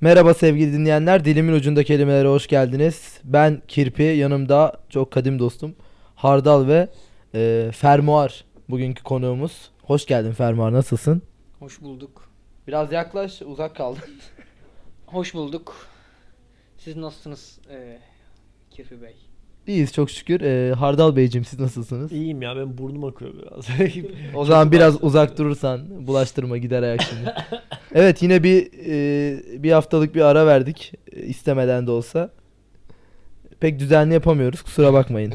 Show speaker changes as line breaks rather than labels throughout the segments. Merhaba sevgili dinleyenler. Dilimin ucunda kelimelere hoş geldiniz. Ben Kirpi, yanımda çok kadim dostum Hardal ve e, Fermuar bugünkü konuğumuz. Hoş geldin Fermuar, nasılsın?
Hoş bulduk.
Biraz yaklaş, uzak kaldın.
Hoş bulduk. Siz nasılsınız eee Kirpi Bey?
İyiyiz çok şükür. E, Hardal Beyciğim siz nasılsınız?
İyiyim ya ben burnum akıyor biraz.
O zaman biraz uzak durursan bulaştırma gider ayak şimdi. Evet yine bir e, bir haftalık bir ara verdik e, istemeden de olsa. Pek düzenli yapamıyoruz kusura bakmayın.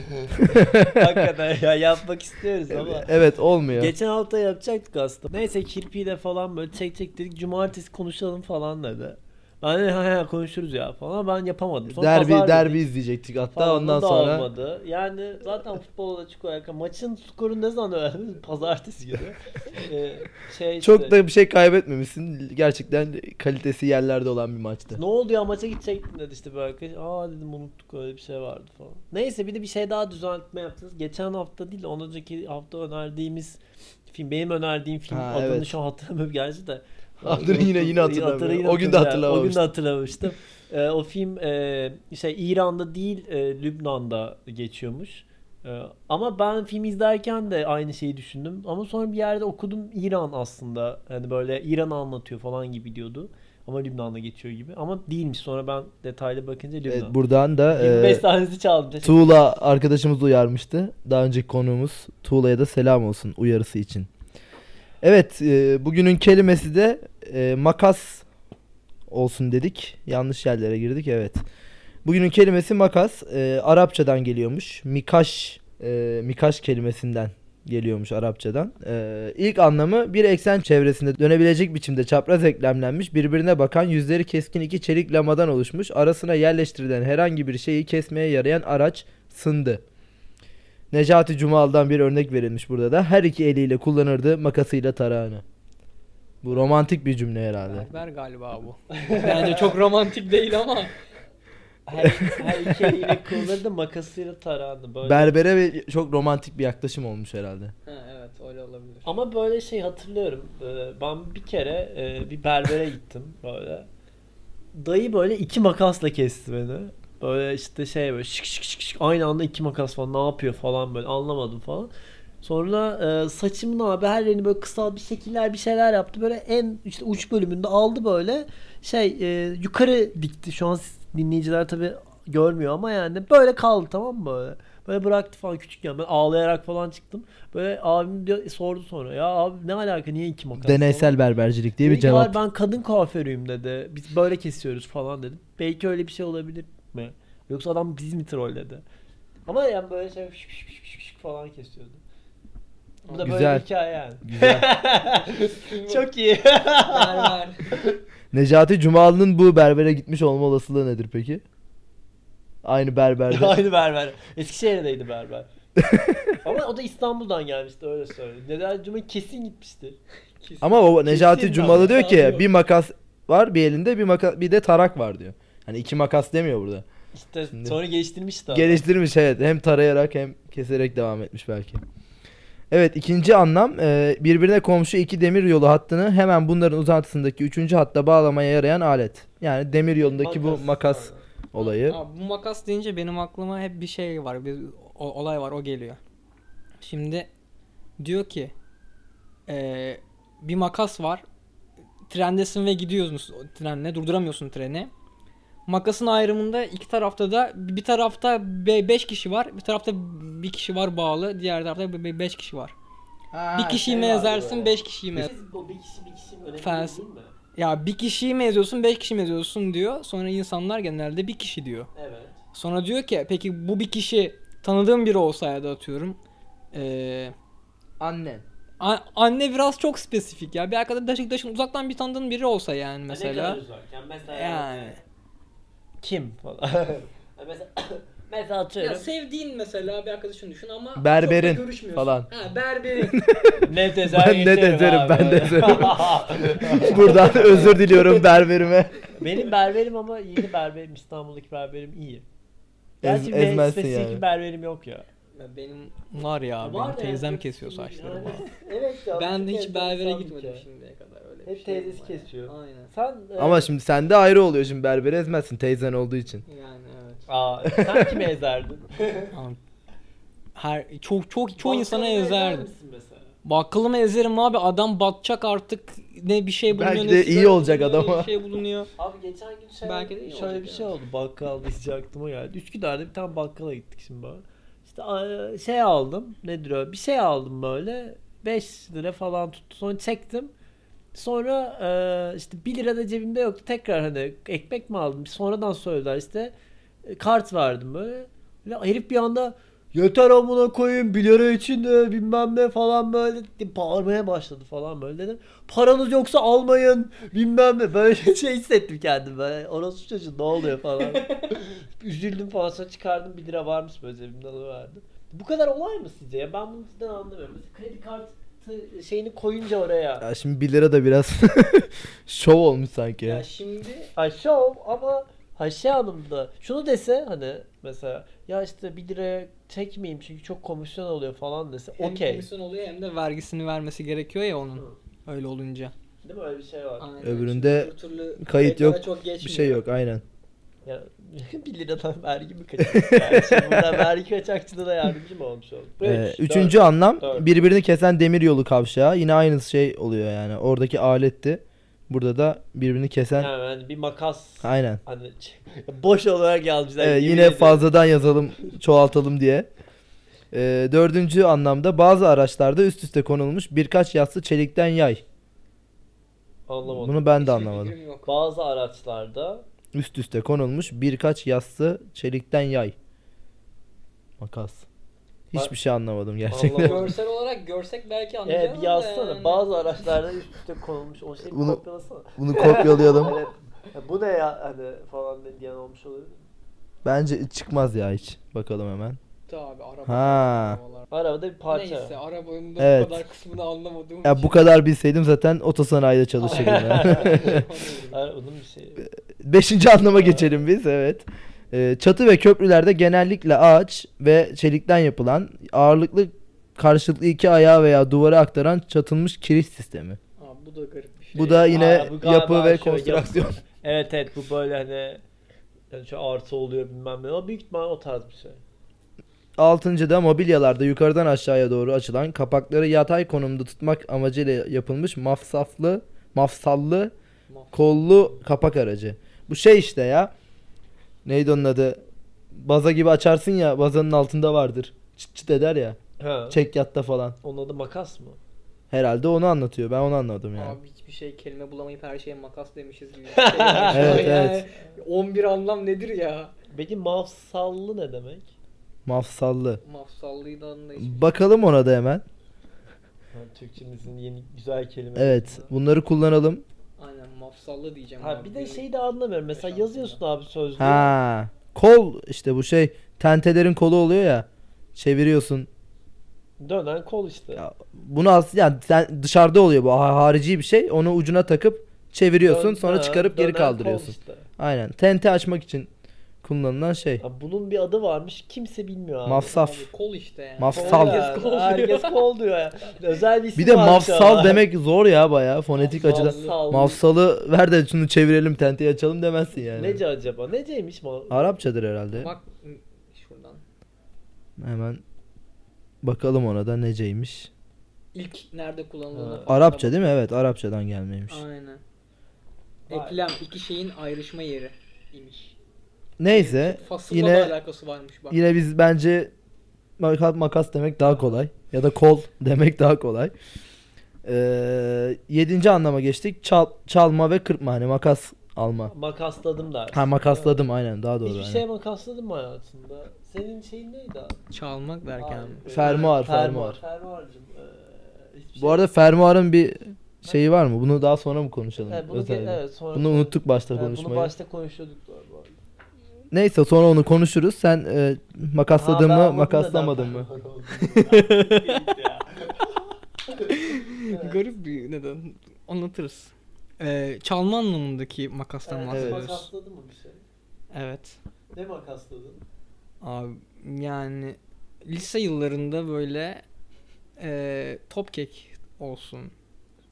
Hakikaten ya yapmak istiyoruz ama.
Evet olmuyor.
Geçen hafta yapacaktık aslında. Neyse kirpiyle falan böyle çek çek dedik cumartesi konuşalım falan dedi. Ben de ha ha konuşuruz ya falan ben yapamadım. Sonra
derbi
pazar
derbi
dedik
izleyecektik hatta
falan,
ondan
o da
sonra
Olmadı. Yani zaten futbola açık olarak maçın skorunu ne zaman öğrendiniz? Pazartesi günü. Ee, şey
çok
işte-
da bir şey kaybetmemişsin. Gerçekten kalitesi yerlerde olan bir maçtı.
Ne oldu ya maça gidecektin dedi işte böyle arkadaş. Aa dedim unuttuk öyle bir şey vardı falan. Neyse bir de bir şey daha düzeltme yaptınız. Geçen hafta değil ondan önceki hafta önerdiğimiz film. Benim önerdiğim film
Ha,
adını
evet.
şu an hatırlamıyorum gerçi de.
Adını yine- yine hatırlamıyorum.
hatırlamıyorum.
O gün de
Ya, O gün de
hatırlamamıştım.
hatırlamamıştım. Ee, o film e, şey İran'da değil e, Lübnan'da geçiyormuş. Ee, ama ben film izlerken de aynı şeyi düşündüm. Ama sonra bir yerde okudum İran aslında. Hani böyle İran anlatıyor falan gibi diyordu. Ama Lübnan'da geçiyor gibi. Ama değilmiş. Sonra ben detaylı bakınca Lübnan.
Evet, buradan da e,
25 tanesi çaldım. Teşekkür
Tuğla arkadaşımız uyarmıştı. Daha önceki konuğumuz Tuğla'ya da selam olsun uyarısı için. Evet e, bugünün kelimesi de e, makas olsun dedik. Yanlış yerlere girdik evet. Bugünün kelimesi makas. E, Arapçadan geliyormuş. Mikaş e, mikaş kelimesinden geliyormuş Arapçadan. E, ilk anlamı bir eksen çevresinde dönebilecek biçimde çapraz eklemlenmiş birbirine bakan yüzleri keskin iki çelik lamadan oluşmuş arasına yerleştirilen herhangi bir şeyi kesmeye yarayan araç sındı. Necati Cumal'dan bir örnek verilmiş burada da. Her iki eliyle kullanırdı makasıyla tarağını. Bu romantik bir cümle herhalde.
Berber galiba bu. Bence çok romantik değil ama.
Her, her iki eliyle kıvırdı makasıyla tarandı. Böyle
Berbere ve çok romantik bir yaklaşım olmuş herhalde.
Ha, evet öyle olabilir.
Ama böyle şey hatırlıyorum. Ee, Ben bir kere e, bir berbere gittim böyle. Dayı böyle iki makasla kesti beni. Böyle işte şey böyle şık şık şık şık aynı anda iki makas falan ne yapıyor falan böyle anlamadım falan. Sonra e, saçımın abi her yerini böyle kısal bir şekiller bir şeyler yaptı. Böyle en işte uç bölümünde aldı böyle şey e, yukarı dikti. Şu an siz- dinleyiciler tabi görmüyor ama yani böyle kaldı tamam mı böyle. Böyle bıraktı falan küçükken ben ağlayarak falan çıktım. Böyle abim diyor, e, sordu sonra ya abi ne alaka niye iki makas? falan?"
Deneysel berbercilik diye bir
Dedi ki, "Hayır,
cevap.
ben kadın kuaförüyüm dedi. Biz böyle kesiyoruz falan dedim. Belki öyle bir şey olabilir mi? Yoksa adam bizi mi trolledi? Ama yani böyle şey şık şık şık şık şık falan kesiyordu. Bu da böyle
Güzel.
bir hikaye yani.
Güzel.
Çok iyi.
Berber.
Necati Cumal'ın bu berbere gitmiş olma olasılığı nedir peki? Aynı berberde.
Aynı berber. Eskişehir'deydi berber. Ama o da İstanbul'dan gelmişti öyle söyleyeyim. Neden Cuma kesin gitmiştir.
Ama o Necati
Kesin
Cumalı
abi,
diyor ki
abi.
bir makas var bir elinde bir makas bir de tarak var diyor. Hani iki makas demiyor burada.
İşte
Şimdi-
sonra geliştirmişti. adam.
Geliştirmiş evet. Hem tarayarak hem keserek devam etmiş belki. Evet ikinci anlam e, birbirine komşu iki demir yolu hattını hemen bunların uzantısındaki üçüncü hatta bağlamaya yarayan alet. Yani demir yolundaki bu makas olayı.
Abi, bu makas deyince benim aklıma hep bir şey var. Bir o- olay var o geliyor. Şimdi diyor ki eee, bir makas var. Trendesin ve gidiyorsun o trenle. Durduramıyorsun treni. Makasın ayrımında iki tarafta da bir tarafta 5 kişi var. Bir tarafta bir kişi var bağlı. Diğer tarafta 5 kişi var. bir kişiyi mi ezersin, 5 kişiyi mi ezersin?
Bu bir kişi bir kişi önemli
Fans.
değil mi?
Ya bir kişiyi mi eziyorsun, 5 kişi mi eziyorsun diyor. Sonra insanlar genelde bir kişi diyor.
Evet.
Sonra diyor ki peki bu bir kişi tanıdığım biri olsaydı atıyorum. Ee,
Annen.
a- anne biraz çok spesifik ya. Bir arkadaşın taşın uzaktan bir tanıdığın biri olsa yani mesela.
mesela
Yani.
kim falan. mesela, mesela atıyorum.
Ya sevdiğin mesela bir arkadaşın düşün ama çok da
Berberin
görüşmüyorsun.
falan.
Ha berberin.
ne
Ben ne tezerim, ben de Buradan özür diliyorum berberime.
Benim berberim ama yeni berberim İstanbul'daki berberim iyi.
Ez-
Gerçi bir
ezmezsin
spesifik
yani.
berberim yok ya.
Ya benim var ya
Var
benim
da
teyzem
yani-
kesiyor saçlarımı.
Yani- Evet ya.
Ben de
çok
hiç
enteresan
berbere
bir
gitmedim
hikaye.
şimdiye kadar öyle. şey
Hep teyzesi
olma yani.
kesiyor.
Aynen.
Sen e,
Ama şimdi sende ayrı oluyor şimdi berberi ezmezsin teyzen olduğu için.
Yani evet.
Aa, sen kimi ezerdin?
Ama Her çok çok çoğu insana
Balkanı ezer
ezerdim.
misin mesela?
Bakkalımı ezerim abi adam batacak artık ne bir şey bulunuyor
Belki
ne
de
sigara
iyi olacak
bulunuyor,
adama.
Bir şey bulunuyor.
Abi geçen gün şey
Belki de iyi
şöyle
olacak
bir şey
yani.
oldu. Bakkal deyince aklıma geldi. Üsküdar'da bir tane bakkala gittik şimdi bana. İşte a- şey aldım. Nedir o? Bir şey aldım böyle. 5 lira falan tuttu. Sonra çektim. Sonra e, işte 1 lira da cebimde yoktu. Tekrar hani ekmek mi aldım? Sonradan söylediler işte. E, Kart verdim böyle. Ve herif bir anda yeter amına koyayım 1 lira için de bilmem ne falan böyle diye bağırmaya başladı falan böyle dedim. Paranız yoksa almayın bilmem ne böyle şey hissettim kendimi böyle. Orası çocuğu ne oluyor falan. Üzüldüm falan sonra çıkardım 1 lira varmış böyle cebimden alıverdim. Bu kadar olay mı sizce ya? Ben bunu sizden anlamıyorum. Mesela kredi kartı şeyini koyunca oraya.
Ya şimdi 1 lira da biraz şov olmuş sanki.
Ya
Ya.
şimdi
Ayşe ol ama Ayşe Hanım da şunu dese hani mesela ya işte 1 liraya çekmeyeyim çünkü çok komisyon oluyor falan dese
hem
okey.
komisyon oluyor hem de vergisini vermesi gerekiyor ya onun. Öyle olunca.
Değil mi öyle bir şey var?
Aynen.
Öbüründe
Çünkü öbür türlü
kayıt
kayıtlara
yok,
Çok
Bir şey yok aynen.
Ya 1 liradan vergi mi kaçırdık yani? Şimdi burada vergi kaçakçılığına yardımcı mı olmuş olduk?
Ee,
Üç,
üçüncü anlam
dört.
birbirini kesen demir yolu kavşağı. Yine aynı şey oluyor yani. Oradaki aletti. Burada da birbirini
dört.
kesen
Yani hani bir makas
aynen.
hani boş olarak yazmışlar.
Evet,
Yemin
Ee, yine
ediyorum.
fazladan yazalım, çoğaltalım diye. Ee, dördüncü anlamda bazı araçlarda üst üste konulmuş birkaç yassı çelikten yay.
Anlamadım.
Bunu ben de anlamadım.
Bazı araçlarda
Üst üste konulmuş birkaç yassı çelikten yay. Makas. Hiçbir şey anlamadım gerçekten.
Anlamadım.
Görsel olarak görsek belki anlayacağız.
evet Ee, bir yazsana.
da yani.
Bazı araçlarda üst üste konulmuş o şeyi
Bunu-
kopyalasana.
Bunu kopyalayalım.
Hani, ya bu ne ya hani falan ne diyen olmuş olabilir. mi?
Bence çıkmaz ya hiç. Bakalım hemen.
Tabii araba.
Ha.
arabalar.
Arabada bir parça.
Neyse arabanın da
Evet.
bu kadar kısmını anlamadığım
Ya
için.
bu kadar bilseydim zaten otosanayide çalışırdım. ya.
Arabanın bir şeyi.
Beşinci anlama geçelim biz evet. Ee, çatı ve köprülerde genellikle ağaç ve çelikten yapılan ağırlıklı karşılıklı iki ayağı veya duvara aktaran çatılmış kiriş sistemi.
Aa, bu da garip bir şey.
Bu da yine
Aa, bu galiba
yapı ve
şu
konstrüksiyon.
yapı- evet evet bu böyle hani yani şu artı oluyor bilmem ne ama büyük ihtimal o tarz bir şey.
Altıncı da mobilyalarda yukarıdan aşağıya doğru açılan kapakları yatay konumda tutmak amacıyla yapılmış mafsaflı, mafsallı,
Maf-
kollu kapak aracı. Bu şey işte ya. Neydi onun adı? Baza gibi açarsın ya bazanın altında vardır. Çıt çıt eder ya.
Ha.
Çekyatta falan.
Onun adı makas mı?
Herhalde onu anlatıyor. Ben onu anladım yani.
Abi hiçbir şey kelime bulamayıp her şeye makas demişiz gibi. bir şey olmuş.
Evet,
Yani
evet.
11 anlam nedir ya?
Peki mafsallı ne demek?
Mafsallı.
Mafsallıydı anlayış.
Bakalım ona da hemen.
Ha, Türkçemizin yeni güzel kelimesi.
Evet. Bunları kullanalım.
Aynen mafsallı diyeceğim.
Ha
abi.
bir de şey şeyi de anlamıyorum. Mesela
Yaşantı
yazıyorsun abi sözlüğü.
Ha. Kol işte bu şey. Tentelerin kolu oluyor ya. Çeviriyorsun.
Dönen kol işte.
Ya bunu aslında yani sen dışarıda oluyor bu ha- harici bir şey. Onu ucuna takıp çeviriyorsun.
Dön-
sonra
ha,
çıkarıp
dönen
geri
kol
kaldırıyorsun.
işte.
Aynen. Tente açmak için kullanılan şey.
Ha, bunun bir adı varmış. Kimse bilmiyor abi.
Mafsaf.
Abi kol işte yani.
Maf-
Kol
Sal.
ya,
Herkes kol
Herkes
diyor.
kol diyor. ya. Özel bir isim
Bir de
varmış ama.
mafsal demek zor ya bayağı fonetik açıdan.
Mafsal.
Mafsalı ver de şunu çevirelim tenteyi açalım demezsin yani.
Nece acaba? Neceymiş ma?
Arapçadır herhalde.
Bak m- şuradan.
Hemen bakalım ona da neceymiş.
İlk nerede kullanıldığına.
Ha.
falan
Arapça değil mi? Evet Arapçadan gelmeymiş.
bak. Aynen.
Vay.
Eklem iki şeyin ayrışma yeri imiş.
Neyse
Fasılla da
yine
alakası varmış bak.
yine biz bence maka- makas demek daha kolay ya da kol demek daha kolay. Ee, yedinci anlama geçtik. Çal, çalma ve kırpma hani makas alma.
Makasladım dersin.
Ha makasladım aynen daha doğru.
Hiçbir
aynen.
şey makasladın mı hayatında? Senin şeyin neydi abi?
Çalmak derken.
Abi,
abi.
e,
Fermuar, fermuar.
Fermuar. Fermuarcım. Ee, hiçbir
Bu arada fermuarın bir şeyi var mı? Bunu daha sonra mı konuşalım?
şey... Evet, bunu, ge-
Özel bir-
evet, sonra
Bunu unuttuk başta
Evet,
konuşmayı.
Bunu başta konuşuyorduk bu arada.
Neyse sonra onu konuşuruz. Sen e, makasladın
Ha, ben
mı,
anladım
makaslamadın
neden
mı?
fermuar olduğunu. Neydi ya?
Garip bir neden. Anlatırız. Ee, çalma anlamındaki makastan
Evet,
bahsediyoruz.
Makasladın mı bir şey?
evet.
Ne makasladın?
Abi yani lise yıllarında böyle eee top kek e, olsun.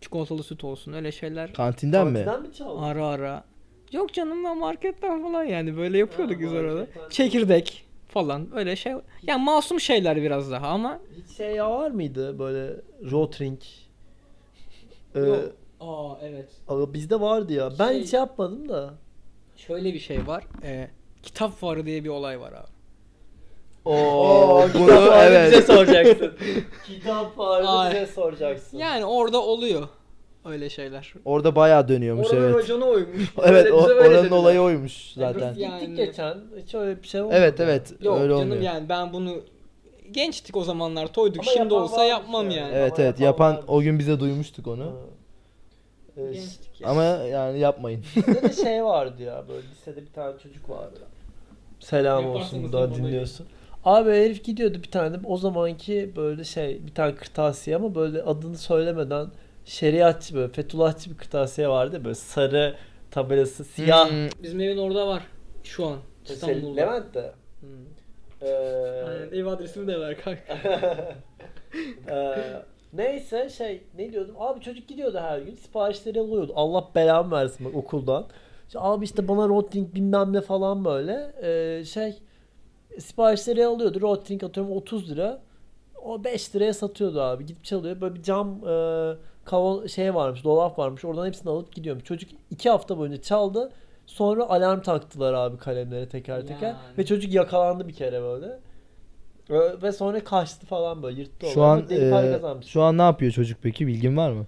Çikolatalı süt olsun öyle şeyler
Kantinden mi?
Parti'den mi çaldın?
ara ara. Yok canım ben marketten falan yani böyle yapıyorduk
Ha,
biz orada.
marketten.
Çekirdek falan öyle şey. Yani masum şeyler biraz daha ama
Hiç şey ya var mıydı böyle Rotring? Ee,
Yok. Aa evet.
aa, bizde vardı ya. Ben
Şey-
hiç yapmadım da.
Şöyle bir şey var. Ee, kitap fuarı diye bir olay var abi.
Oo, bunu evet.
soracaksın. Kitap fuarını
Ay.
bize soracaksın.
Yani orada oluyor öyle şeyler.
Orada bayağı dönüyormuş
Oranın
evet.
raconu oymuş.
Evet
Böyle-
o,
bize böyle
oranın
dediler.
olayı oymuş
Ya
zaten.
Biz gittik
Yani-
geçen. Hiç öyle bir şey olmadı.
Evet evet
Yok
öyle
canım
olmuyor.
yani ben bunu gençtik o zamanlar toyduk.
Ama
Şimdi
yapan
olsa
varmış
yapmam
yani.
yani.
Evet
Ama
evet
yapan
yapan o gün bize duymuştuk onu.
Ee, e,
Gençtik yani.
Ama yani yapmayın.
Bizde de şey vardı ya böyle lisede bir tane çocuk vardı. Selam
Yaparsınız
olsun
da
daha
bana
dinliyorsun. Abi herif gidiyordu bir tane de o zamanki böyle şey bir tane kırtasiye ama böyle adını söylemeden şeriatçı böyle Fethullahçı bir kırtasiye vardı ya, böyle sarı tabelası siyah.
Hmm,
Bizim evin orada var şu an
Şey,
İstanbul'da.
Levent de.
Hmm. Aynen,
Ee,
ev adresini de ver kanka.
Ee, neyse şey ne diyordum abi çocuk gidiyordu her gün siparişleri alıyordu Allah belamı versin bak okuldan İşte abi işte bana rotring bilmem ne falan böyle Ee, şey siparişleri alıyordu rotring atıyorum 30 lira o 5 liraya satıyordu abi gidip çalıyor böyle bir cam e, kavol şey varmış dolap varmış oradan hepsini alıp gidiyorum çocuk 2 hafta boyunca çaldı sonra alarm taktılar abi kalemlere teker teker
Yani.
ve çocuk yakalandı bir kere böyle Ö- ve sonra kaçtı falan böyle yırttı
Şu
olayı.
an
Deli para
e,
kazanmış.
şu an ne yapıyor çocuk peki bilgin var mı?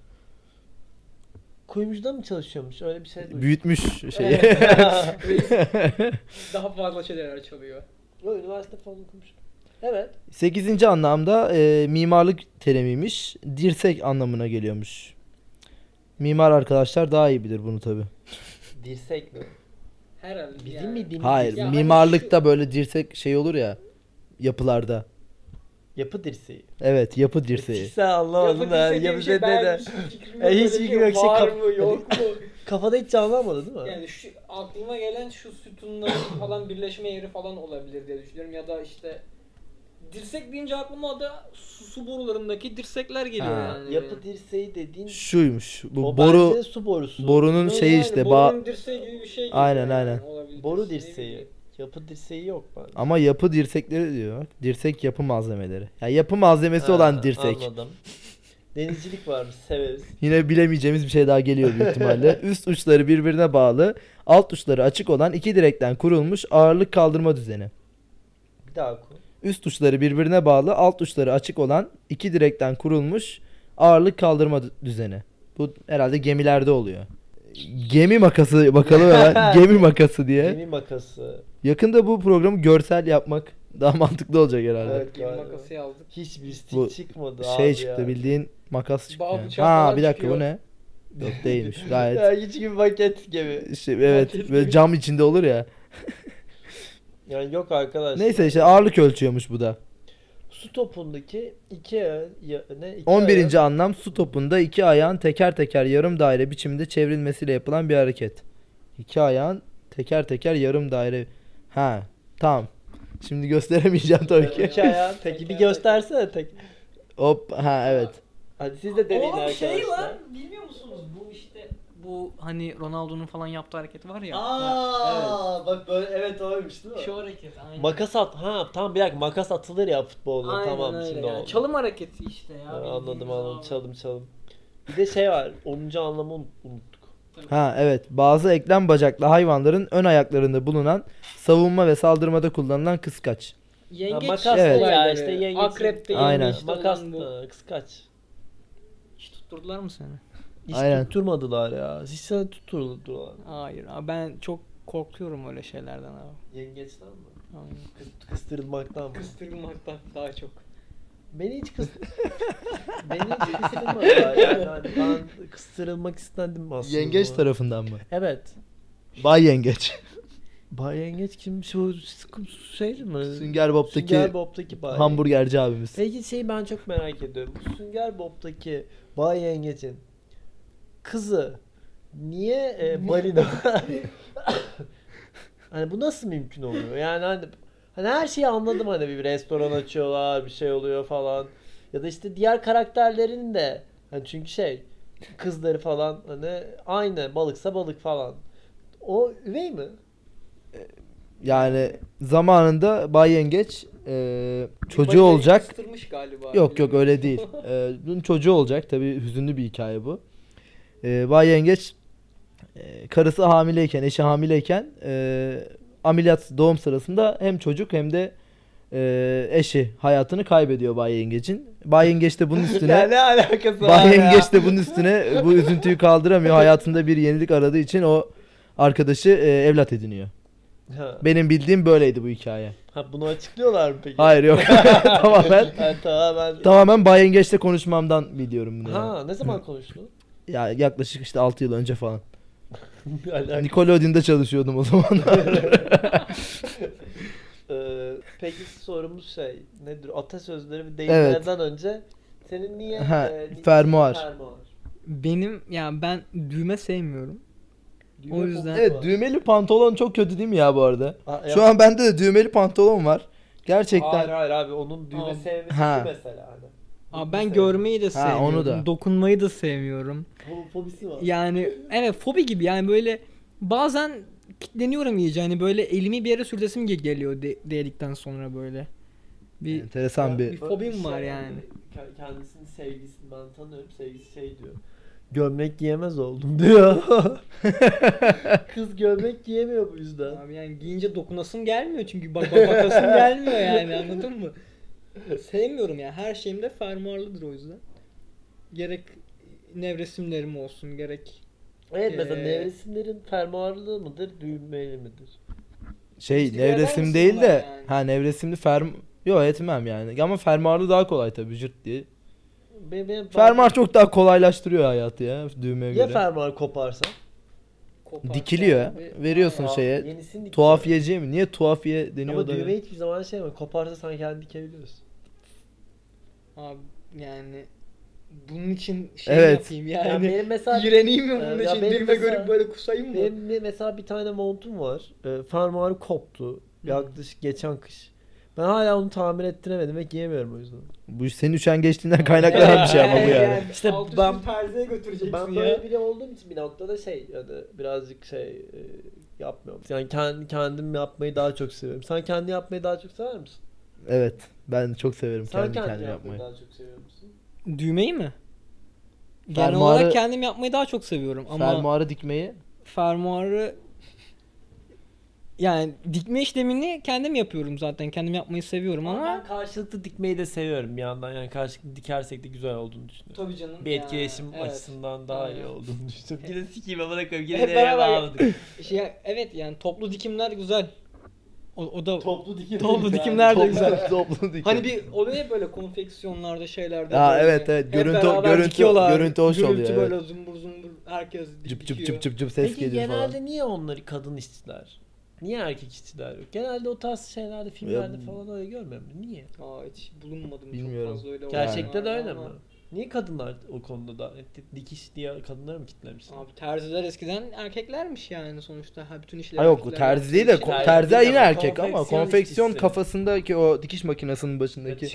Kuyumcuda mı çalışıyormuş? Öyle bir şey duydum.
Büyütmüş şeyi.
Daha fazla şeyler çalıyor.
Yo, üniversite falan okumuş. Evet.
8. anlamda e, mimarlık terimiymiş. Dirsek anlamına geliyormuş. Mimar arkadaşlar daha iyi bilir bunu tabi.
Dirsek mi?
Herhalde
Bizim bildiğimiz
Hayır,
dirsek.
Ya hani
mimarlıkta böyle dirsek şey olur ya yapılarda.
Yapı dirseği.
Evet, yapı dirseği.
Sen anlamadın ha. Yapı şey, de. E, hiç fikrim yok. Şey,
var
kap-
mı yok mu?
Kafada hiç canlanmadı değil mi?
Yani şu aklıma gelen şu sütunların falan birleşme yeri falan olabilir diye düşünüyorum ya da işte dirsek deyince aklıma da su, su borularındaki dirsekler geliyor
Ha.
yani.
Yapı dirseği dediğin
Şuymuş. Bu
o
boru
bence su borusu.
borunun şeyi
Yani
Şey işte ba-
borunun dirseği gibi bir şey geliyor.
Aynen,
yani,
aynen.
olabilir. Şey
Boru
Ne
dirseği.
bileyim.
Yapı dirseği yok bence.
ama yapı dirsekleri diyor. Dirsek yapı malzemeleri. Ya yapı malzemesi
Ha,
olan dirsek.
Anladım. Denizcilik varmış severiz.
Yine bilemeyeceğimiz bir şey daha geliyor büyük ihtimalle. Üst uçları birbirine bağlı, alt uçları açık olan iki direkten kurulmuş ağırlık kaldırma düzeni.
Bir daha oku.
Üst uçları birbirine bağlı, alt uçları açık olan iki direkten kurulmuş ağırlık kaldırma dü- düzeni. Bu herhalde gemilerde oluyor. Gemi makası bakalım hemen. Gemi makası diye.
Gemi makası.
Yakında bu programı görsel yapmak daha mantıklı olacak herhalde.
Evet,
Gemi
galiba.
makası yazdık.
Hiçbir stik
Bu
çıkmadı
şey
abi
çıktı
ya.
bildiğin makas çıktı.
Bağ
yani.
bıçağı
Ha
falan
bir dakika
çıkıyor.
bu ne? Yok değilmiş.
Ya
Gayet.
hiç gibi paket gemi.
İşte, evet böyle cam içinde olur ya.
Yani yok arkadaş.
Neyse işte ağırlık ölçüyormuş bu da.
Su topundaki iki aya- ya, ne? iki
11.
aya-
anlam su topunda iki ayağın teker teker yarım daire biçiminde çevrilmesiyle yapılan bir hareket. İki ayağın teker teker yarım daire. Ha tamam. Şimdi gösteremeyeceğim tabii ki.
iki ayağın teki. Bir göstersene tek.
Hop ha evet.
Hadi siz de deneyin
Oğlum
arkadaşlar.
şey var bilmiyor musunuz bu işte bu hani Ronaldo'nun falan yaptığı hareket var ya.
Aa, bak böyle evet oymuş değil mi?
Şu hareket aynen.
Makas at. Ha tamam bir dakika makas atılır ya futbolda
Aynen
tamam
öyle
şimdi
yani.
oldu.
Çalım hareketi işte ya.
Ha,
bildiğimiz
anladım anladım
abi.
çalım çalım. Bir de şey var 10. anlamı unut- unuttuk.
Ha evet. Bazı eklem bacaklı hayvanların ön ayaklarında bulunan savunma ve saldırmada kullanılan kıskaç.
Ha,
Yengeç
makas da
Evet.
ya işte yengeç.
Akrep de
Aynen.
yengeç de
Makas
olan bu.
da kıskaç.
Hiç tutturdular mı seni?
Hiç
Aynen.
tutturmadılar ya. Hiç sana tutturdular.
Hayır abi ben çok korkuyorum öyle şeylerden abi.
Yengeçten mi?
Aynen.
Kıs- kıstırılmaktan mı?
Kıstırılmaktan daha çok.
Beni hiç kıs... Beni hiç kıstırmadılar yani. Hani ben kıstırılmak istendim aslında.
Yengeç tarafından mı?
Evet.
Bay yengeç.
Bay Yengeç kim? Şu sıkı şey mi?
Sünger Bob'taki
Sünger Bob'taki Bay
hamburgerci abimiz.
Peki şeyi ben çok merak ediyorum. Bu Sünger Bob'taki Bay Yengeç'in kızı niye e, balina? hani bu nasıl mümkün oluyor? Yani hani, hani her şeyi anladım hani bir restoran açıyorlar bir şey oluyor falan. Ya da işte diğer karakterlerin de hani çünkü şey kızları falan hani aynı balıksa balık falan. O üvey mi?
Yani zamanında Bay Yengeç e, çocuğu olacak.
Kıstırmış galiba.
Yok yok öyle değil. Ee, bunun çocuğu olacak. Tabii hüzünlü bir hikaye bu. Ee, Bay Yengeç e, karısı hamileyken, eşi hamileyken e, ameliyat doğum sırasında hem çocuk hem de e, eşi hayatını kaybediyor Bay Yengeç'in. Bay Yengeç de bunun
Ya
üstüne
ne alakası var
Bay
ya?
Yengeç de bunun üstüne bu üzüntüyü kaldıramıyor. Hayatında bir yenilik aradığı için o arkadaşı e, evlat ediniyor.
Ha,
Benim bildiğim böyleydi bu hikaye.
ha, bunu açıklıyorlar mı peki?
Hayır yok. tamamen
Ha, tamamen.
tamamen Bay Yengeç'le konuşmamdan biliyorum bunu. yani.
Ha ne zaman konuştun?
Ya yaklaşık işte 6 yıl önce falan.
Bir
Hani-
alakası-
Nickelodeon'da çalışıyordum o zaman.
Ee, peki sorumuz şey nedir? Atasözleri ve
Evet.
deyimlerden önce senin niye
Ha,
ni-
fermuar.
fermuar?
Benim yani ben düğme sevmiyorum.
Düğme
O yüzden-
koptu.
evet düğmeli pantolon çok kötü değil mi ya bu arada?
Ha,
Şu
ya-
an bende de düğmeli pantolon var. Gerçekten.
Hayır hayır abi onun düğme
Aa,
sevmesi
ha.
mesela hani.
Aa,
Düğme
ben
sevmesi.
görmeyi de sevmiyorum.
onu da.
Dokunmayı da sevmiyorum.
Bu fobisi var.
Yani evet fobi gibi yani böyle bazen kitleniyorum iyice hani böyle elimi bir yere sürtesim ge- geliyor de- değdikten sonra böyle. Bir
Enteresan bir.
Böyle
bir fobim var yani.
şey Ke- Kendisinin sevgisini ben tanıyorum. Sevgisi şey diyor. Gömlek giyemez oldum diyor. Kız gömlek giyemiyor bu yüzden.
Abi yani giyince dokunasım gelmiyor çünkü bak bak- bakasım gelmiyor yani anladın mı? Sevmiyorum yani her şeyimde fermuarlıdır o yüzden. Gerek nevresimlerim olsun gerek
Evet mesela
Ee,
nevresimlerin fermuarlı mıdır, düğmeli midir?
Şey
Hiç ilgilenmez
nevresim
misin
değil
bunlar
de.
yani?
Ha nevresimli ferm. Yok etmem yani. Ama fermuarlı daha kolay tabii cırt diye.
Benim, benim
Fermuar çok daha kolaylaştırıyor hayatı ya düğmeye
ya
göre.
fermuar koparsa?
kopar.
Dikiliyor.
Ve-
Veriyorsun
Aa,
şeye.
yenisini dikiyor.
Tuhafiyeciye mi? Niye tuhafiye deniyor
Ama
da?
düğme hiçbir zaman şey mi? Koparsa sen kendini dikebiliyorsun.
Abi yani bunun için şey
Evet.
yapayım
Yani,
yani.
benim mesela
İğreneyim mi
Ee, Ya
bunun için?
benim
Düğme
mesela-
görüp böyle kusayım mı?
Benim de mesela bir tane montum var. Ee, fermuarı koptu. Yaklaşık geçen kış. Ben hala onu tamir ettiremedim ve giyemiyorum o yüzden.
Bu senin üşengeçliğinden kaynaklanan bir şey ama bu yani.
İşte
Altı
ben-
üstü terziye götüreceksin
Ben böyle biri olduğum için bir noktada şey yani birazcık şey e, yapmıyorum. Yani kendi kendim yapmayı daha çok seviyorum. Sen kendi yapmayı daha çok sever misin?
Evet. Ben çok severim
Sen
kendi
kendi,
kendime
yapmayı
yapmayı.
daha çok seviyor musun?
Düğmeyi mi? Genel
Fermuarı-
olarak kendim yapmayı daha çok seviyorum ama
Fermuarı dikmeyi
fermuarı yani dikme işlemini kendim yapıyorum zaten. Kendim yapmayı seviyorum
Ama ben
ama
karşılıklı dikmeyi de seviyorum bir yandan. Yani karşılıklı dikersek de güzel olduğunu düşünüyorum.
tabii canım.
Bir etkileşim
evet.
açısından daha iyi
Aynen.
olduğunu düşünüyorum. Yine sikiyim amına koyayım.
Hep
Yine nereye
beraber-
bağladık.
Şey, evet yani toplu dikimler güzel. O, o da
Toplu dikim.
Toplu dikimler de güzel.
toplu dikim.
Hani bir oluyor ya böyle konfeksiyonlarda şeylerde.
Ya
böyle
evet, evet.
hep
Görüntü-
beraber
görüntü-
dikiyorlar.
görüntü hoş oluyor,
Gürültü
evet.
böyle zumbur zumbur herkes dik
cıp
dikiyor.
cıp cıp cıp cıp ses
Peki
geliyor
genelde
falan.
niye onları kadın işçiler? Niye erkek işçiler yok? Genelde o tarz şeylerde, filmlerde falan öyle görmüyorum. Niye?
Aa hiç bulunmadım
Bilmiyorum.
çok fazla öyle.
Gerçekte de
olanlar
öyle mi?
ama-
Niye kadınlar o konuda da e, dikiş diye kadınlara mı kitlemiş?
Abi terziler eskiden erkeklermiş yani sonuçta. Ha bütün işleri
Ha yok
erkekler
terzi değil de
yaptığı için-
ko-
Terzi
terziler
değil
yine
ama
erkek ama
konfeksiyon
konfeksiyon
işçisi.
kafasındaki o dikiş makinesinin başındaki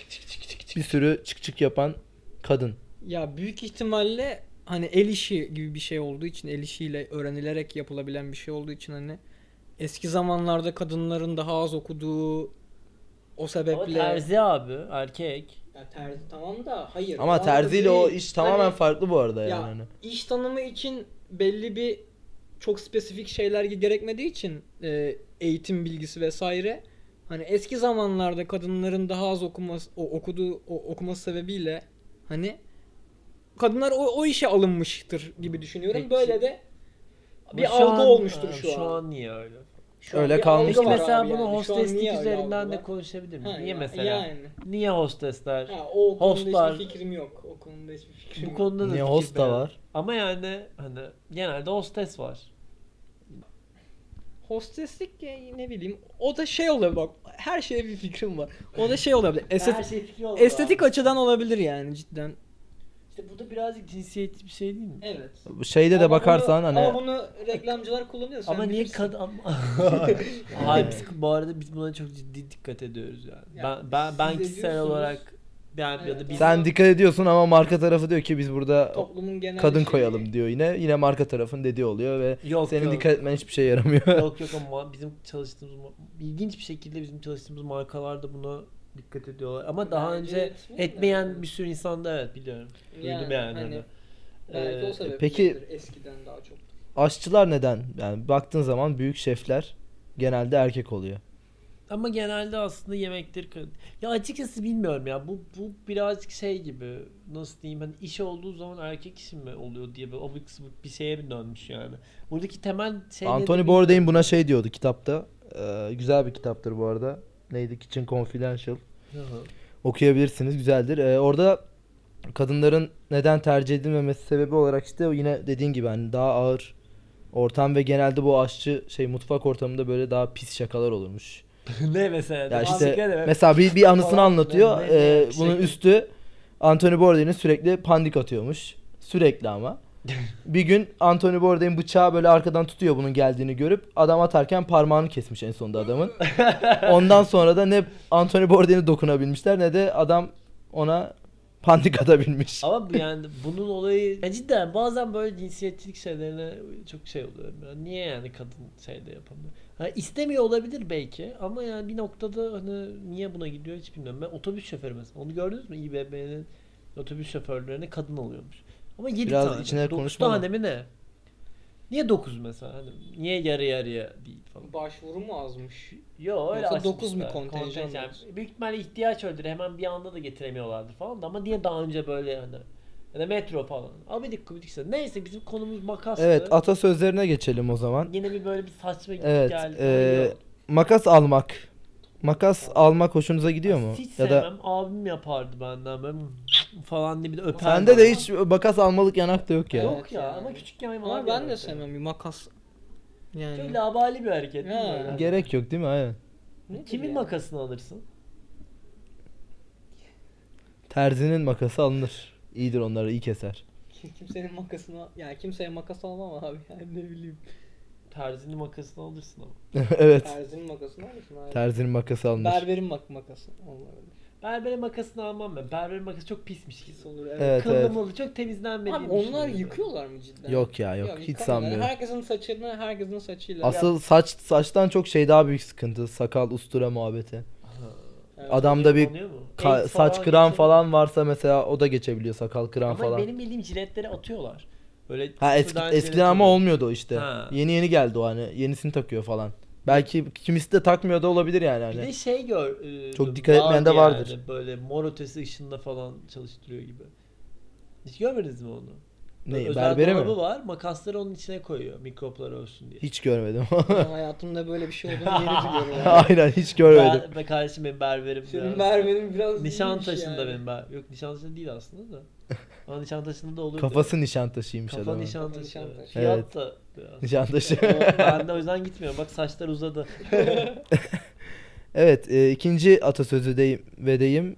bir sürü çık çık yapan kadın.
Ya büyük ihtimalle hani el işi gibi bir şey olduğu için el işiyle öğrenilerek yapılabilen bir şey olduğu için hani eski zamanlarda kadınların daha az okuduğu o sebeple.
Ama terzi abi, erkek.
Ya terzi tamam da hayır.
Ama
Bazı
terziyle o
değil.
iş tamamen
Hani-
farklı bu arada yani.
Ya
Hani
iş tanımı için belli bir çok spesifik şeyler gerekmediği için e, eğitim bilgisi vesaire hani eski zamanlarda kadınların daha az okuması o, okuduğu o, okuması sebebiyle hani kadınlar o, o işe alınmıştır gibi düşünüyorum.
Peki.
Böyle de bir
Ama şu
algı
an-
olmuştur
ha,
şu an.
Şu an niye öyle?
Şu an
Öyle
bir
kalmış.
algı
Peki
Algı
var
mesela
abi
bunu
yani. Şu an
hosteslik
niye öyle
üzerinden de
algılar?
konuşabilir miyiz?
Ha,
Niye
ya-
mesela?
Yani.
Niye hostesler?
Ha, o konuda
Hostlar-
hiçbir fikrim yok. O konuda hiçbir fikrim
Bu
yok.
konuda da
niye
fikir
host da
beyan-
var?
Ama yani hani genelde hostes var.
Hosteslik e, ne bileyim o da şey olabilir bak her şeye bir fikrim var. O da şey olabilir.
Her
Estetik,
şey fikri olur
estetik
abi.
açıdan olabilir yani cidden.
İşte bu da birazcık cinsiyetçi bir şey değil mi?
Evet.
Bu Şeyde de bakarsan hani
Ama bunu reklamcılar kullanıyor. sen
Ama niye
bilirsin.
kadın ama... Hayır biz bu arada biz buna çok ciddi dikkat ediyoruz yani.
Ya,
ben ben ben
siz
kişisel
ediyorsunuz.
olarak Yani ya da
Evet,
biz
Sen dikkat ediyorsun ama marka tarafı diyor ki biz burada
Toplumun genel
kadın
şeyi-
koyalım diyor yine. Yine marka tarafın dediği oluyor ve
yok
senin
yok.
dikkat etmen hiçbir şey yaramıyor.
yok yok ama bizim çalıştığımız ma- ilginç bir şekilde bizim çalıştığımız markalar da buna dikkat ediyorlar. Ama daha
Bence
önce
etmiyor da
etmeyen
yani.
bir sürü insan da evet biliyorum. Duydum yani. hani.
belki
Ee,
o sebeptir.
peki-
Eskiden daha çok.
Aşçılar neden? Yani baktığın zaman büyük şefler genelde erkek oluyor.
Ama genelde aslında yemektir. kı- Ya açıkçası bilmiyorum ya. Bu bu birazcık şey gibi nasıl diyeyim hani iş olduğu zaman erkek işi mi oluyor diye böyle abuk sabuk bir şeye mi dönmüş yani. Buradaki temel şey nedir
Anthony
bilmiyorum.
Bourdain buna şey diyordu kitapta. Ee, güzel bir kitaptır bu arada. Neydi? Kitchen Confidential.
Hı hı.
okuyabilirsiniz. Güzeldir. Ee, orada kadınların neden tercih edilmemesi sebebi olarak işte yine dediğin gibi hani daha ağır ortam ve genelde bu aşçı şey mutfak ortamında böyle daha pis şakalar olurmuş.
ne mesela?
Ya
Bahsetken
işte
de-
mesela bir, bir anısını
Falan,
anlatıyor.
ne- ne-
Ee, bunun
şey-
üstü Anthony Bourdain'in sürekli pandik atıyormuş. Sürekli ama. bir gün Anthony Bourdain bıçağı böyle arkadan tutuyor bunun geldiğini görüp adam atarken parmağını kesmiş en sonunda adamın. Ondan sonra da ne Anthony Bourdain'e dokunabilmişler ne de adam ona pandik atabilmiş.
Ama bu yani bunun olayı Ya cidden bazen böyle cinsiyetçilik şeylerine çok şey oluyor. Yani niye yani kadın şeyde yapamıyor? Ha, istemiyor olabilir belki ama yani bir noktada hani niye buna gidiyor hiç bilmiyorum. Ben otobüs şoförü mesela onu gördünüz mü? İBB'nin otobüs şoförlerine kadın alıyormuş. Ama 7
Biraz
tane.
içine
9
konuşma mı?
tane mi ne? Niye 9 mesela? Hani niye yarı yarıya değil falan.
Başvuru mu azmış?
Yo öyle
Yoksa
açmışlar.
dokuz mu kontenjan diyorsun?
Büyük ihtimalle ihtiyaç öldür hemen bir anda da getiremiyorlardı falan da ama niye daha önce böyle hani ya da metro falan. Abidik kubidik işte. Neyse bizim konumuz makastı.
Evet atasözlerine geçelim o zaman.
Yine bir böyle bir saçma gibi
Evet, e,
geldi.
eee,
Yok.
Makas almak. Makas almak hoşunuza gidiyor mu?
Hiç
Ya da
sevmem. Abim yapardı benden böyle falan diye bir de öperdi.
sende de hiç makas almalık yanak da yok ya.
Yok
Evet
ya
yani.
ama küçükken benim
Ama
abim
ben de
yapardı.
sevmem bir makas.
Çok
Yani
labali bir hareket. değil mi
Ya.
böyle?
Gerek yok değil mi? Aynen.
Ne
Kimin
yani?
makasını alırsın?
Terzinin makası alınır. İyidir onları iyi keser.
Kim- kimsenin makasına yani kimseye makas almam abi yani ne bileyim.
Terzinin makasını alırsın ama.
evet.
Terzinin makasını alırsın abi.
Terzinin makası alınır.
Berberin mak makası. Olabilir.
Berbere makasını almam ben. Berbere makası çok pismiş gibi.
Pis olur evet.
Evet,
Kıllı
evet.
mıllı çok temizlenmediğini
Abi onlar
düşünüyorum.
yıkıyorlar mı cidden?
Yok ya yok, hiç
yıkamıyorlar.
sanmıyorum.
Herkesin saçını herkesin saçıyla.
Asıl saç saçtan çok şey daha büyük sıkıntı. Sakal, ustura muhabbeti.
Evet.
Adamda bir
Oluyor mu?
ka-
El
saç
falan
kıran
geçiyor.
falan varsa mesela o da geçebiliyor sakal kıran
Ama
falan.
benim bildiğim jiletleri atıyorlar. Böyle
Ha eski,
sıfırdan jilet
eskiden ama
alıyor.
olmuyordu o işte.
Ha.
Yeni yeni geldi o hani. Yenisini takıyor falan. Belki kimisi de takmıyor da olabilir yani
Bir de
hani.
şey gör. e,
Çok dikkat etmeyen de
vardı
vardır.
yani, böyle mor ötesi ışığında falan çalıştırıyor gibi. Hiç görmediniz mi onu?
Ne,
Özel
berbere mi?
dolabı var. Makasları onun içine koyuyor. Mikroplar ölsün diye.
Hiç görmedim.
Ben hayatımda böyle bir şey olduğunu yeni biliyorum. Yani.
Aynen hiç görmedim.
Ben, be kardeşim benim berberim
Senin
ya.
Merve'nin biraz
Nişan
iyiymiş
taşında
yani.
benim berberim. Yok nişan taşında değil aslında da. Ama nişan taşında da olur.
Kafası nişantaşıymış
Kafa
adamın.
nişan
Kafa
taşı.
nişan taşı.
Fiyat
Evet.
da biraz.
Nişantaşı.
ben de o yüzden gitmiyorum. Bak saçlar uzadı.
evet e, ikinci atasözü deyim, ve deyim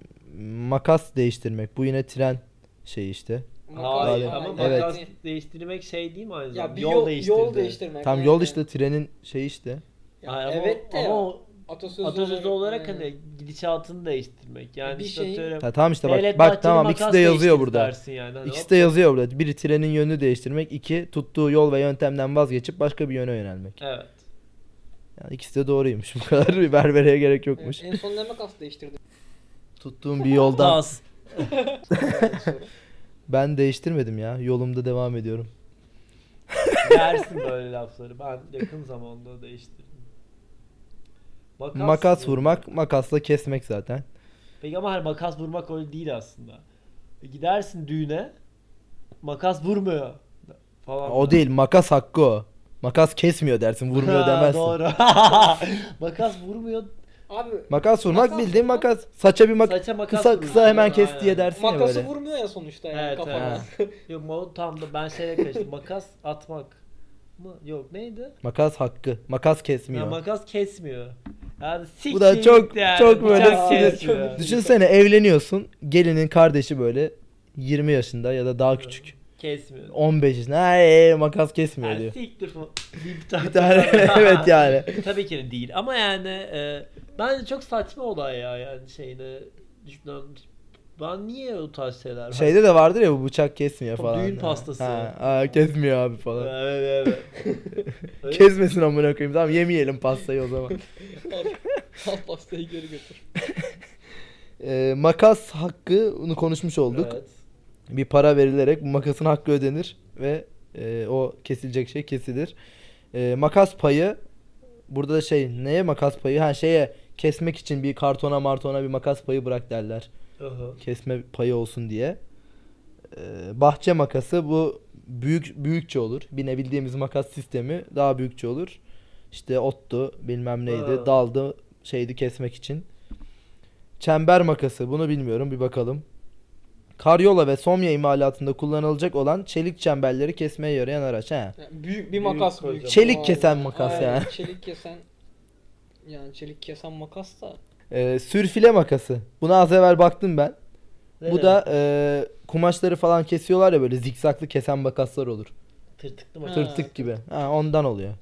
makas değiştirmek. Bu yine tren şey işte.
Makas-
Hayır
Abi,
ama
evet.
makas değiştirmek şey değil mi aynı
Ya
zamanda?
bir
yol,
yol, yol,
değiştirdi.
değiştirmek.
Tam
yani.
yol işte trenin şey işte.
Ya
Hayır, ama,
evet de
ama o
atasözü,
atasözü olarak
yani.
hani gidişatını değiştirmek. Yani
E, Bir
bir
şeyi-
şey, atıyorum,
Ha, tamam işte bak,
devlet
bak
bahçeli
tamam
makas
ikisi de yazıyor
değiştir
burada.
dersin Yani. Hani
İkisi
hop,
de yazıyor burada. Biri trenin yönünü değiştirmek, iki tuttuğu yol ve yöntemden vazgeçip başka bir yöne yönelmek.
Evet.
Yani ikisi de doğruymuş. Bu kadar bir berbereye gerek
Evet,
yokmuş.
en son ne makas değiştirdi?
Tuttuğum bir yoldan
Das.
ben değiştirmedim ya. Yolumda devam ediyorum.
Dersin böyle lafları. Ben yakın zamanda değiştirdim. Makas,
Makas
mı?
vurmak, makasla kesmek zaten.
Peki ama hani makas vurmak öyle değil aslında. E, Gidersin düğüne makas vurmuyor falan.
O değil, makas hakkı o. Makas kesmiyor dersin, vurmuyor
Ha,
demezsin.
Doğru. makas vurmuyor.
Abi
Makas vurmak
Makas
bildiğin
vurmak.
makas. Saça bir makas.
Saça makas
Kısa
vurmuyor.
kısa hemen
Aynen,
kes
aynen.
diye dersin ya
makası
böyle.
vurmuyor ya sonuçta yani
Evet,
kafana.
Yok ma- tam da ben şeye karıştım. makas atmak mı? Yok neydi?
Makas hakkı. Makas
Ya,
kesmiyor.
makas kesmiyor. Yani
Bu da çok
siktir yani,
çok böyle
bıçak
sinir.
kesmiyor.
Düşünsene evleniyorsun. Gelinin kardeşi böyle 20 yaşında ya da daha küçük.
Kesmiyor.
15 yaşında. Ay, e, makas kesmiyor
Yani
diyor.
siktir falan. Bir tane.
Bir tane evet yani.
Tabii ki de değil ama yani e, bence çok saçma olay ya yani şeyini düşünüyorum Ben niye o tarz şeyler
Şeyde de vardır ya bu bıçak kesmiyor
Tabii
falan.
düğün
Ha.
pastası.
Ha, ha, kesmiyor abi falan.
Evet evet. Öyle-
Kesmesin amına koyayım. Tamam yemeyelim pastayı o zaman.
Al- Al pastayı geri götür.
Ee, makas hakkını konuşmuş olduk.
Evet.
Bir para verilerek bu makasın hakkı ödenir ve e, o kesilecek şey kesilir. E, makas payı burada da şey neye makas payı? Ha şeye kesmek için bir kartona martona bir makas payı bırak derler.
Aha.
kesme payı olsun diye. Ee, bahçe makası bu büyük büyükçe olur. Binebildiğimiz makas sistemi daha büyükçe olur. İşte ottu, bilmem neydi,
Ha.
daldı, şeydi kesmek için. Çember makası bunu bilmiyorum bir bakalım. Karyola ve somya imalatında kullanılacak olan çelik çemberleri kesmeye yarayan araç. He.
Yani büyük bir makas
Büyük
büyük.
Çelik
Vay.
kesen makas
Aynen,
yani.
Çelik kesen yani çelik kesen makas da
Ee, sürfile makası. Buna az evvel baktım ben.
Ne
Bu
demek?
da e, kumaşları falan kesiyorlar ya böyle zikzaklı kesen makaslar olur.
tırtıklı
Ha.
makas.
Tırtık gibi. Ha, ondan oluyor.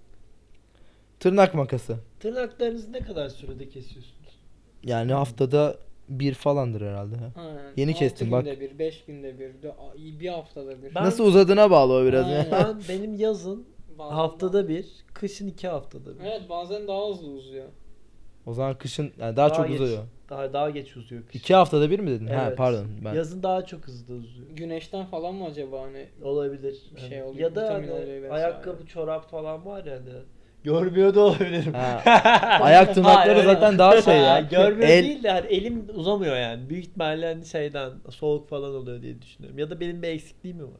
Tırnak makası.
Tırnaklarınızı ne kadar sürede kesiyorsunuz?
Yani
Hmm.
haftada bir falandır herhalde. ha.
Aynen.
Yeni
Altı
kestim, bak.
günde bir, 5 günde bir, dö- bir haftada bir.
Ben-
Nasıl uzadığına bağlı o biraz.
Aynen.
ya.
Ben benim yazın
Bazen
haftada bir, kışın iki haftada bir.
Evet bazen daha hızlı uzuyor.
o zaman kışın yani daha, çok
geç-
uzuyor.
Daha daha geç uzuyor kışın.
İki haftada bir mi dedin? Ha
Evet.
pardon. Ben.
Yazın daha çok hızlı uzuyor.
Güneşten falan mı acaba hani?
Olabilir.
Bir şey
Hani-
oluyor,
ya da
vitamin
hani
oluyor vesaire.
ayakkabı, çorap falan var ya hani. Görmüyor da olabilirim.
Ha. Ayak tırnakları
Hayır, öyle-
zaten daha şey ya.
Ha, Görmüyor
El-
değil de hani elim uzamıyor yani. Büyük ihtimalle hani şeyden soğuk falan oluyor diye düşünüyorum. Ya da benim bir eksikliğim mi var?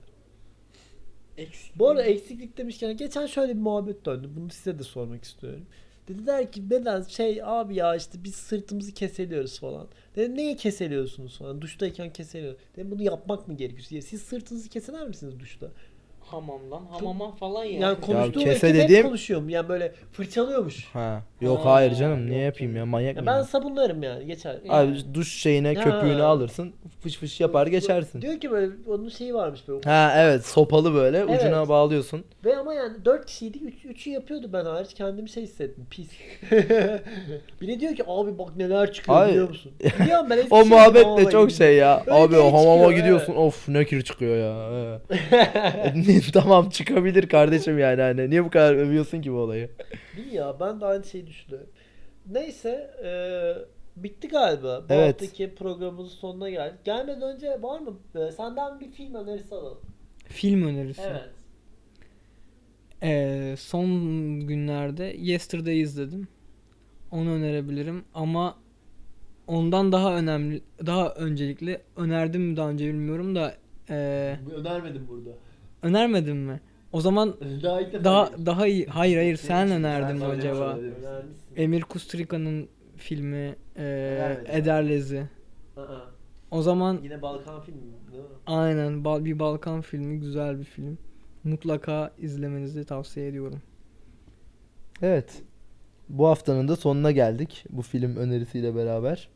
Eksik.
Bu arada eksiklik demişken geçen şöyle bir muhabbet döndü. Bunu size de sormak istiyorum. Dediler ki neden şey abi ya işte biz sırtımızı keseliyoruz falan. Dedim neye keseliyorsunuz falan. Duştayken keseliyor. Dedim bunu yapmak mı gerekiyor? Ya Siz sırtınızı keser misiniz duşta?
hamamdan hamama falan yani.
Yani konuştuğum
kese
ya, hep
dediğim-
konuşuyorum. Yani böyle fırçalıyormuş.
Ha. Yok
Ha,
hayır canım niye
yok
yapayım
canım.
ya manyak
Ya
mıyım?
ben sabunlarım yani geçer.
Ya,
Hmm. Abi duş şeyine
Ya.
köpüğünü alırsın fış fış yapar geçersin.
Diyor ki böyle onun şeyi varmış böyle.
Ha evet sopalı böyle
Evet.
ucuna bağlıyorsun.
Ve ama yani 4 kişiydi. 3 3'ü yapıyordu ben hariç. Kendimi şey hissettim. Pis. bir de diyor ki abi bak neler çıkıyor
Abi-
biliyor musun? Biliyorum ben
O
Eskişehir'de
muhabbet
hamama
de çok
gittim.
şey ya.
Öyle
Abi
değil,
o hamama
çıkıyor,
gidiyorsun of ne kir çıkıyor ya. Evet. tamam çıkabilir kardeşim yani hani. Niye bu kadar övüyorsun ki bu olayı?
Değil ya ben de aynı şeyi düşünüyorum. Neyse e, bitti galiba. Bu
Evet.
haftaki programımızın sonuna geldik. Gelmeden önce var mı? e, senden bir film önerisi alalım.
Film önerisi.
Evet.
Ee, son günlerde Yesterday izledim. Onu önerebilirim ama ondan daha önemli, daha öncelikli önerdim mi daha önce bilmiyorum da ee,
Önermedim burada.
önermedim mi? O zaman
Daha ilk defa
daha
görüyorum.
daha iyi. Hayır hayır Şey, sen önerdin mi
Sen önermişsin,
acaba?
önermişsin.
Emir Kusturica'nın filmi ee,
Önermedim.
Ederlezi.
Aa,
O zaman
Yine Balkan filmi mi, değil mi?
Aynen Bal- bir Balkan filmi güzel bir film. Mutlaka izlemenizi tavsiye ediyorum.
Evet. Bu haftanın da sonuna geldik. Bu film önerisiyle beraber.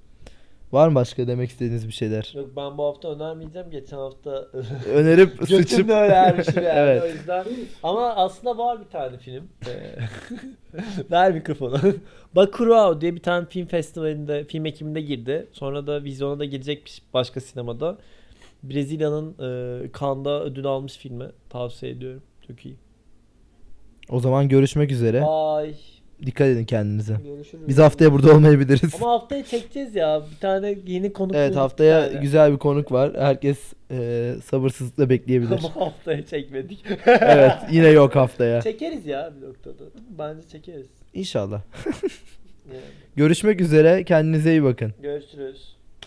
Var mı başka demek istediğiniz bir şeyler?
Yok ben bu hafta önermeyeceğim. Geçen hafta
Önerip
götüm
sıçıp.
de önermişim yani. O
evet.
yüzden. Ama aslında var bir tane film. Ee, Ver mikrofonu. Bakurao diye bir tane film festivalinde, film ekiminde girdi. Sonra da vizyona da girecekmiş başka sinemada. Brezilya'nın e, Cannes'da ödül almış filmi. Tavsiye ediyorum. Çok iyi.
O zaman görüşmek üzere.
Ay.
Dikkat edin kendinize.
Görüşürüz.
Biz haftaya burada olmayabiliriz.
Ama haftaya çekeceğiz ya. Bir tane yeni konuk
Evet
bulduk bir
haftaya
tane.
güzel bir konuk var. Herkes e, sabırsızlıkla bekleyebilir.
Ama haftaya çekmedik.
evet yine yok haftaya.
Çekeriz ya bir noktada. Bence çekeriz.
İnşallah.
Yani
Görüşmek üzere. Kendinize iyi bakın.
görüşürüz.